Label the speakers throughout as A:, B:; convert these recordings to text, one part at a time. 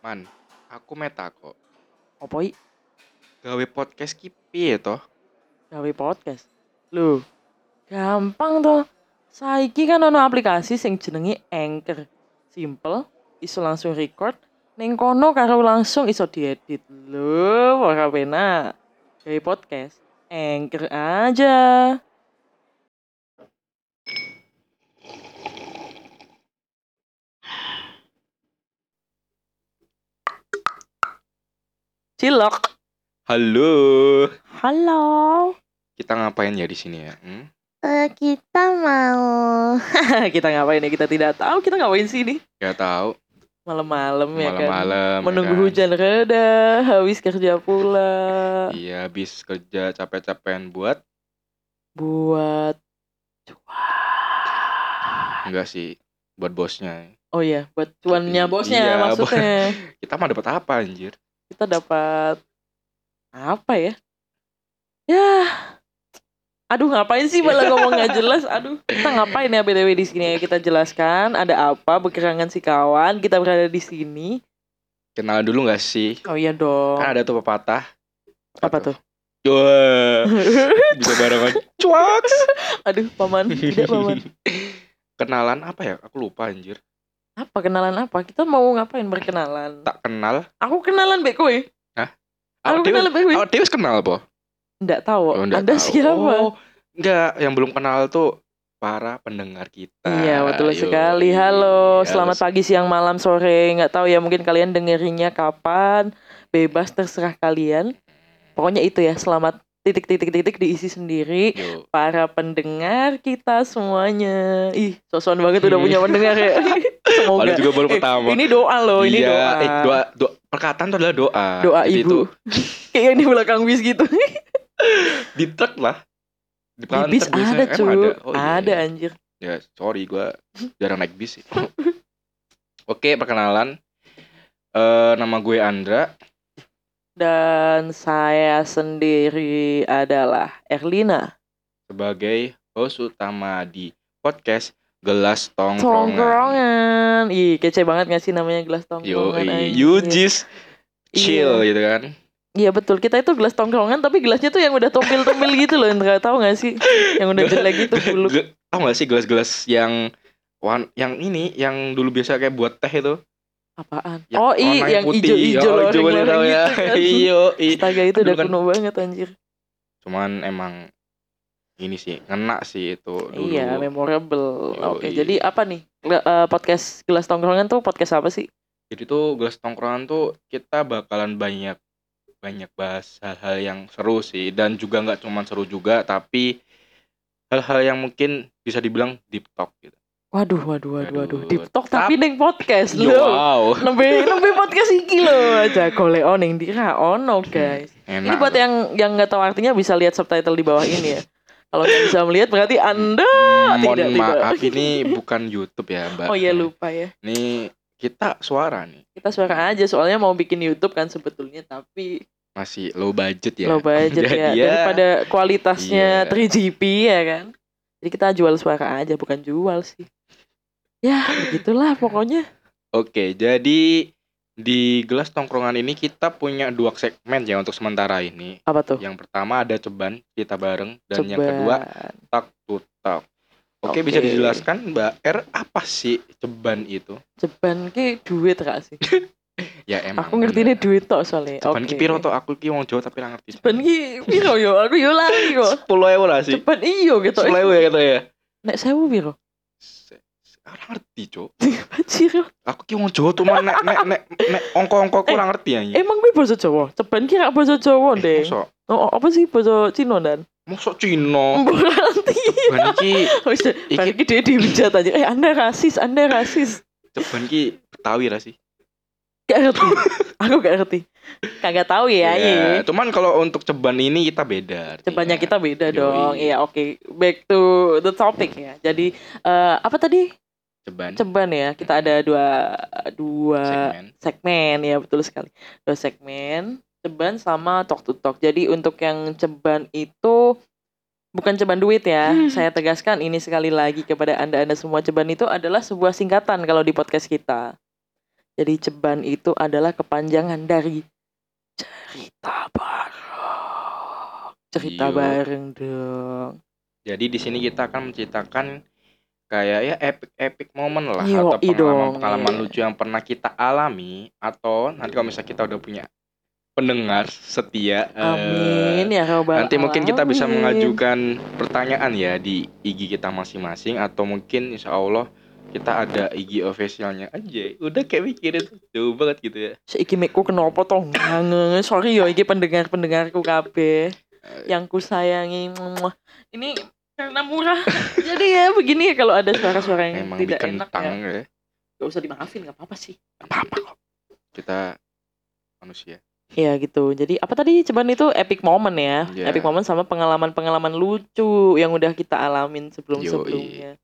A: Man, aku meta kok.
B: Opo i?
A: Gawe podcast ki piye toh?
B: Gawe podcast. Loh, gampang toh. Saiki kan ono aplikasi sing jenenge Anchor. Simple, iso langsung record. Ning kono karo langsung iso diedit. Loh, ora penak. Gawe podcast, Anchor aja. Cilok.
A: Halo.
B: Halo.
A: Kita ngapain ya di sini ya? Hmm?
C: Eh, kita mau
B: kita ngapain ya? Kita tidak tahu kita ngapain sini.
A: Gak tahu.
B: Malam-malam ya kan.
A: Malam-malam. ya
B: Menunggu
A: kan?
B: hujan reda, habis kerja pula
A: Iya, habis kerja capek-capean buat
B: buat
A: enggak sih buat bosnya.
B: Oh iya, buat cuannya bosnya
A: Iya,
B: maksudnya.
A: Kita mah dapat apa anjir?
B: Kita dapat apa ya? Ya. Aduh, ngapain sih malah ngomong nggak jelas? Aduh, kita ngapain ya BTW di sini? Ayo kita jelaskan ada apa berkerangan si kawan, kita berada di sini.
A: Kenalan dulu enggak sih?
B: Oh iya dong.
A: Kan ada tuh pepatah.
B: Apa tuh?
A: Wah, bisa barengan. Cuak.
B: Aduh, paman, tidak paman.
A: Kenalan apa ya? Aku lupa anjir.
B: Apa kenalan apa? Kita mau ngapain berkenalan?
A: Tak kenal.
B: Aku kenalan bek kowe.
A: Hah?
B: Aku
A: Awak dhewe-
B: kenalan bek kowe.
A: awak dhewe wis kenal, Po?
B: Enggak tahu.
A: Oh, nggak
B: Anda
A: tahu.
B: siapa?
A: Oh, enggak, yang belum kenal tuh para pendengar kita.
B: Iya betul
A: Yoi.
B: sekali.
A: Ah,
B: Halo,
A: Iya,
B: selamat pagi, siang, malam, sore. Nggak tahu ya mungkin kalian dengerinnya kapan. Bebas terserah kalian. Pokoknya itu ya. Selamat titik-titik-titik diisi sendiri.
A: Yo.
B: Para pendengar kita semuanya. Ih, sosokan banget udah
A: Iya.
B: punya pendengar ya.
A: Padahal
B: Semoga.
A: juga baru
B: Eh,
A: pertama.
B: ini doa loh, ini
A: iya,
B: doa.
A: eh, doa, doa- perkataan itu adalah doa.
B: Doa
A: Jadi
B: ibu. Kayak di belakang bis gitu.
A: Itu, di truk lah. Di,
B: Di
A: belakang
B: bis
A: truk biasanya.
B: ada
A: Emang
B: cuy. Ada,
A: Oh, iya, iya.
B: anjir.
A: Ya, sorry gue jarang naik bis sih. Oke, perkenalan. Eh, nama gue Andra.
B: Dan saya sendiri adalah Erlina.
A: sebagai host utama di podcast Gelas Tongkrongan.
B: tongkrongan. Ih, kece banget gak sih namanya gelas
A: Yo,
B: tongkrongan. anjir.
A: Yujis chill
B: Iya.
A: gitu kan.
B: Iya betul, kita itu gelas tongkrongan tapi gelasnya tuh yang udah tompil-tompil gitu loh, Indra. Tahu gak sih? Yang udah jelek gitu buluk.
A: Gel- Tau gak sih gelas-gelas yang wan- yang ini yang dulu biasa kayak buat teh itu
B: Apaan?
A: Ya,
B: oh,
A: warna
B: iya yang gitu
A: putih.
B: ijo-ijo
A: Oh,
B: loh,
A: boleh tau ya.
B: kan.
A: Iyo, i.
B: Astaga itu
A: Aduh,
B: udah
A: kan.
B: kuno banget anjir.
A: Cuman emang ini sih ngena sih itu dulu.
B: Iya, memorable.
A: Yo,
B: Oke,
A: i.
B: jadi apa nih? Gel- eh, podcast gelas tongkrongan tuh podcast apa sih?
A: Jadi tuh gelas tongkrongan tuh kita bakalan banyak banyak bahas hal-hal yang seru sih dan juga nggak cuman seru juga tapi hal-hal yang mungkin bisa dibilang deep talk gitu.
B: Waduh, waduh, waduh, waduh.
A: Aduh,
B: Deep talk
A: tap- ah.
B: tapi neng podcast loh.
A: Wow,
B: Nembe nembe podcast iki loh. Aja golek oning dira
A: Hmm.
B: ono, guys.
A: enak.
B: Ini buat yang yang nggak tahu artinya bisa lihat subtitle di bawah ini ya. Kalau nggak bisa melihat berarti anda.
A: Hmm, Mohon
B: tidak, tidak.
A: maaf ini bukan YouTube ya, Mbak.
B: Oh iya lupa ya.
A: Ini kita suara nih
B: Kita suara aja soalnya mau bikin YouTube kan sebetulnya tapi
A: masih low budget ya.
B: low budget
A: Jadi
B: ya. Daripada kualitasnya
A: Iya.
B: 3GP ya kan. Jadi kita jual suara aja bukan jual sih. Ya begitulah pokoknya.
A: Oke, jadi di gelas tongkrongan ini kita punya dua segmen ya untuk sementara ini.
B: Apa tuh?
A: Yang pertama ada ceban kita bareng Iya, dan yang
B: Coba.
A: kedua tak tutak. Oke,
B: Oke.
A: bisa dijelaskan Mbak R apa sih ceban itu?
B: Ceban ki duit gak sih?
A: Ya emang.
B: Aku ngerti ini
A: bener.
B: duit tok soalnya.
A: Ceban ki
B: Oke.
A: piro toh? aku ki wong Jawa tapi ra ngerti.
B: Ceban ki piro yo? Aku yo lali kok.
A: 10.000 lah sih.
B: Ceban iyo gitu.
A: 10.000 ya gitu ya.
B: Nek sewu piro?
A: Se- se- Ora ngerti, Cuk.
B: Bajir.
A: Aku ki wong Jawa cuma nek nek nek nek angka-angka
B: Eh,
A: aku ora ngerti ya.
B: Emang kuwi basa Jawa? Ceban ki rak
A: Eh,
B: basa Jawa, Deng.
A: Mosok
B: Oh, apa sih basa Cina, Dan?
A: mosok Cina.
B: Berarti.
A: Ceban iki
B: Wis
A: Oh. Iki-
B: bar iki dhewe dihujat aja. Eh, Anda rasis, Anda rasis.
A: ceban ki Betawi lah sih.
B: Gak ngerti. Aku gak ngerti. Kagak tahu
A: Iya,
B: ya, iya.
A: Cuman kalau untuk ceban ini kita beda. artinya.
B: Cebannya kita beda
A: Yoi.
B: dong. Iya, oke. Back to the topic ya. Jadi eh, apa tadi?
A: ceban
B: Ceban ya. Kita ada dua dua
A: segmen.
B: segmen ya betul sekali dua segmen ceban sama talk to talk jadi untuk yang ceban itu bukan ceban duit ya saya tegaskan ini sekali lagi kepada anda anda semua ceban itu adalah sebuah singkatan kalau di podcast kita Jadi ceban itu adalah kepanjangan dari cerita bareng. Cerita
A: Iya.
B: bareng dong.
A: Jadi di sini kita akan menceritakan kayak ya epic-epic moment lah
B: Yoi
A: atau
B: dong,
A: pengalaman-pengalaman
B: iya.
A: lucu yang pernah kita alami atau nanti kalau misalnya kita udah punya pendengar setia eh,
B: Amin ya robbal
A: nanti mungkin kita bisa
B: alamin.
A: mengajukan pertanyaan ya di IG kita masing-masing atau mungkin insya Allah kita ada IG officialnya aja. Udah kayak mikirin jauh banget gitu ya.
B: Seiki mikku kenapa toh ngangen. Sorry yo iki pendengar-pendengarku kabeh yang ku sayangi. Muah. Ini karena murah. Jadi ya begini ya kalau ada suara-suara yang
A: Emang
B: tidak enak ya.
A: dikentang ya.
B: Gak usah dimaafin gak apa-apa sih.
A: Apa-apa kok. Kita manusia.
B: Iya gitu. Jadi apa tadi ceban itu epic moment ya.
A: Iya.
B: Epic moment sama pengalaman-pengalaman lucu yang udah kita alamin sebelum-sebelumnya.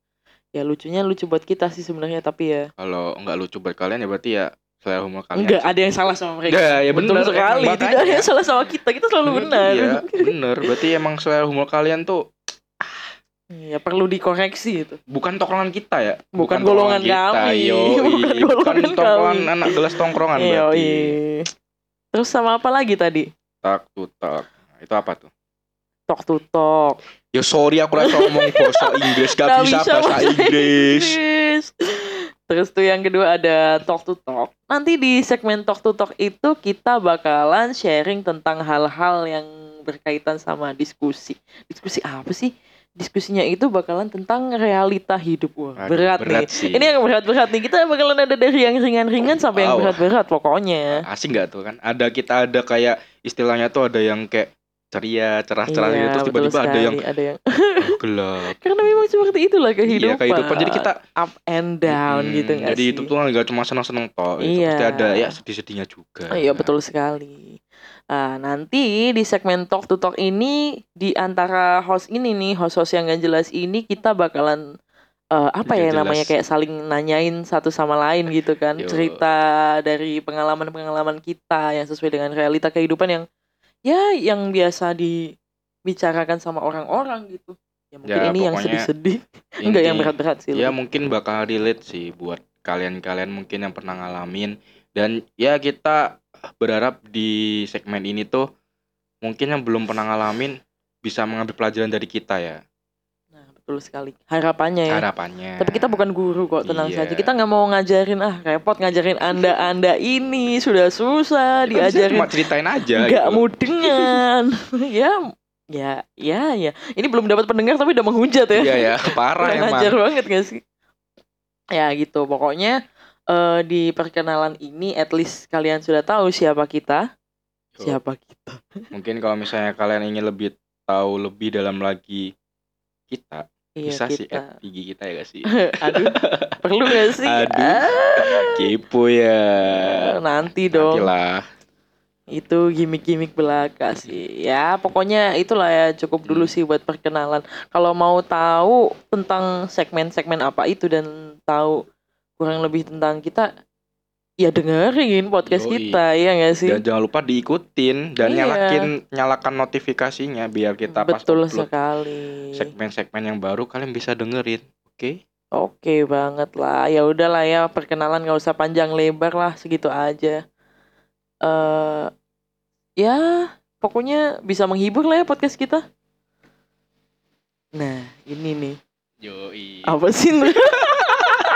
B: Ya lucunya lucu buat kita sih sebenarnya tapi ya
A: Kalau nggak lucu buat kalian ya berarti ya selera humor kalian.
B: enggak ada yang salah sama mereka.
A: Ya, ya
B: betul
A: bener,
B: sekali.
A: emang
B: Tidak ada
A: makanya.
B: yang salah sama kita. Kita selalu benar.
A: Iya, bener. Berarti emang selera humor kalian tuh
B: Iya, perlu dikoreksi itu.
A: bukan tongkrongan kita ya.
B: Bukan golongan
A: kita,
B: kami.
A: yoi.
B: Bukan
A: Bukan
B: golongan
A: tongkrongan
B: kami.
A: anak gelas tongkrongan
B: Iya,
A: berarti.
B: iya. Terus sama apa lagi tadi?
A: Tak tutak. Itu apa tuh?
B: Tok to talk.
A: Ya sorry aku rasa ngomong bahasa Inggris gak
B: Nggak
A: bisa
B: bisa
A: bahasa
B: bahasa
A: Inggris.
B: Yes. Terus tuh yang kedua ada talk to talk. Nanti di segmen talk to talk itu kita bakalan sharing tentang hal-hal yang berkaitan sama diskusi. Diskusi apa sih? Diskusinya itu bakalan tentang realita hidup. Wah,
A: Aduh,
B: berat, nih.
A: sih.
B: Ini yang berat-berat nih. Kita bakalan ada dari yang ringan-ringan sampai yang
A: Wow.
B: berat-berat pokoknya.
A: asing nggak tuh kan? Ada kita ada kayak istilahnya tuh ada yang kayak ceria, cerah-cerah
B: Iya,
A: gitu. terus
B: betul
A: tiba-tiba ada
B: sekali.
A: yang
B: ada yang
A: "Oh, gelap.
B: karena memang seperti itulah
A: Iya,
B: kehidupan.
A: kehidupan. Jadi kita
B: up and down
A: Hmm,
B: gitu nggak
A: Jadi
B: sih?
A: itu tuh nggak cuma seneng-seneng toh, itu
B: Iya.
A: pasti ada ya sedih-sedihnya juga.
B: Oh, Iya betul sekali. Ah, nanti di segmen talk to talk ini di antara host ini nih host-host yang gak jelas ini kita bakalan eh, apa
A: Nggak
B: ya
A: jelas.
B: namanya kayak saling nanyain satu sama lain gitu kan
A: Yo.
B: cerita dari pengalaman-pengalaman kita yang sesuai dengan realita kehidupan yang ya yang biasa dibicarakan sama orang-orang gitu. Ya mungkin
A: Ya,
B: ini yang
A: pokoknya
B: sedih-sedih, enggak yang
A: Inti-
B: berat-berat sih.
A: Ya mungkin bakal relate sih buat kalian-kalian mungkin yang pernah ngalamin dan ya kita berharap di segmen ini tuh mungkin yang belum pernah ngalamin bisa mengambil pelajaran dari kita ya
B: Nah, betul sekali. Harapannya ya.
A: harapannya.
B: Tapi kita bukan guru kok, tenang
A: Iya.
B: saja. Kita nggak mau ngajarin ah repot ngajarin anda-anda ini sudah susah
A: Kita bisa
B: diajarin
A: kan cuma ceritain aja.
B: nggak
A: gitu.
B: mudengan. ya, ya, ya, ya. Ini belum dapat pendengar tapi udah menghujat ya.
A: Iya ya parah
B: Kurang
A: emang.
B: ajar banget gak sih? Ya gitu, pokoknya eh, di perkenalan ini at least kalian sudah tahu siapa kita.
A: Yo.
B: Siapa kita?
A: Mungkin kalau misalnya kalian ingin lebih tahu lebih dalam lagi kita
B: Iya,
A: bisa sih
B: kita.
A: at IG kita ya gak sih?
B: Aduh, perlu gak sih?
A: Aduh.
B: Ah.
A: Kepo ya.
B: Nanti dong.
A: Nantilah.
B: itu gimmick-gimmick belaka sih ya pokoknya itulah ya cukup dulu sih buat perkenalan kalau mau tahu tentang segmen-segmen apa itu dan tahu kurang lebih tentang kita ya dengerin podcast
A: Yoi.
B: kita ya nggak sih
A: Dan jangan lupa diikutin dan
B: Iya.
A: nyalakin nyalakan notifikasinya biar kita pas
B: betul
A: upload
B: sekali
A: segmen-segmen yang baru kalian bisa dengerin. Oke?
B: oke banget lah ya udahlah ya perkenalan nggak usah panjang lebar lah segitu aja eh ya pokoknya bisa menghibur lah ya podcast kita nah ini nih
A: Yoi.
B: apa sih Nur?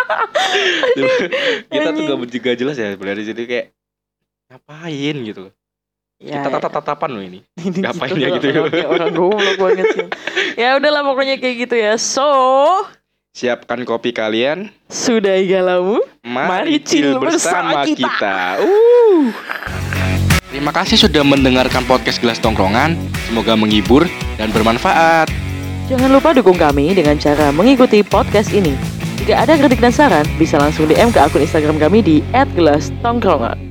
A: kita tuh gak
B: Anjing.
A: juga jelas ya sebenarnya jadi kayak ngapain gitu loh.
B: ya,
A: kita tatap-tatapan loh ini.
B: ini
A: ngapain ya gitu ya?
B: orang- kayak orang goblok banget sih ya udahlah pokoknya kayak gitu ya so
A: Siapkan kopi kalian.
B: sudah galamu Mari chill bersama kita.
A: Uh. Terima kasih sudah mendengarkan podcast Gelas Tongkrongan. Semoga menghibur dan bermanfaat.
B: jangan lupa dukung kami dengan cara mengikuti podcast ini jika ada kritik dan saran bisa langsung DM ke akun Instagram kami di @gelastongkrongan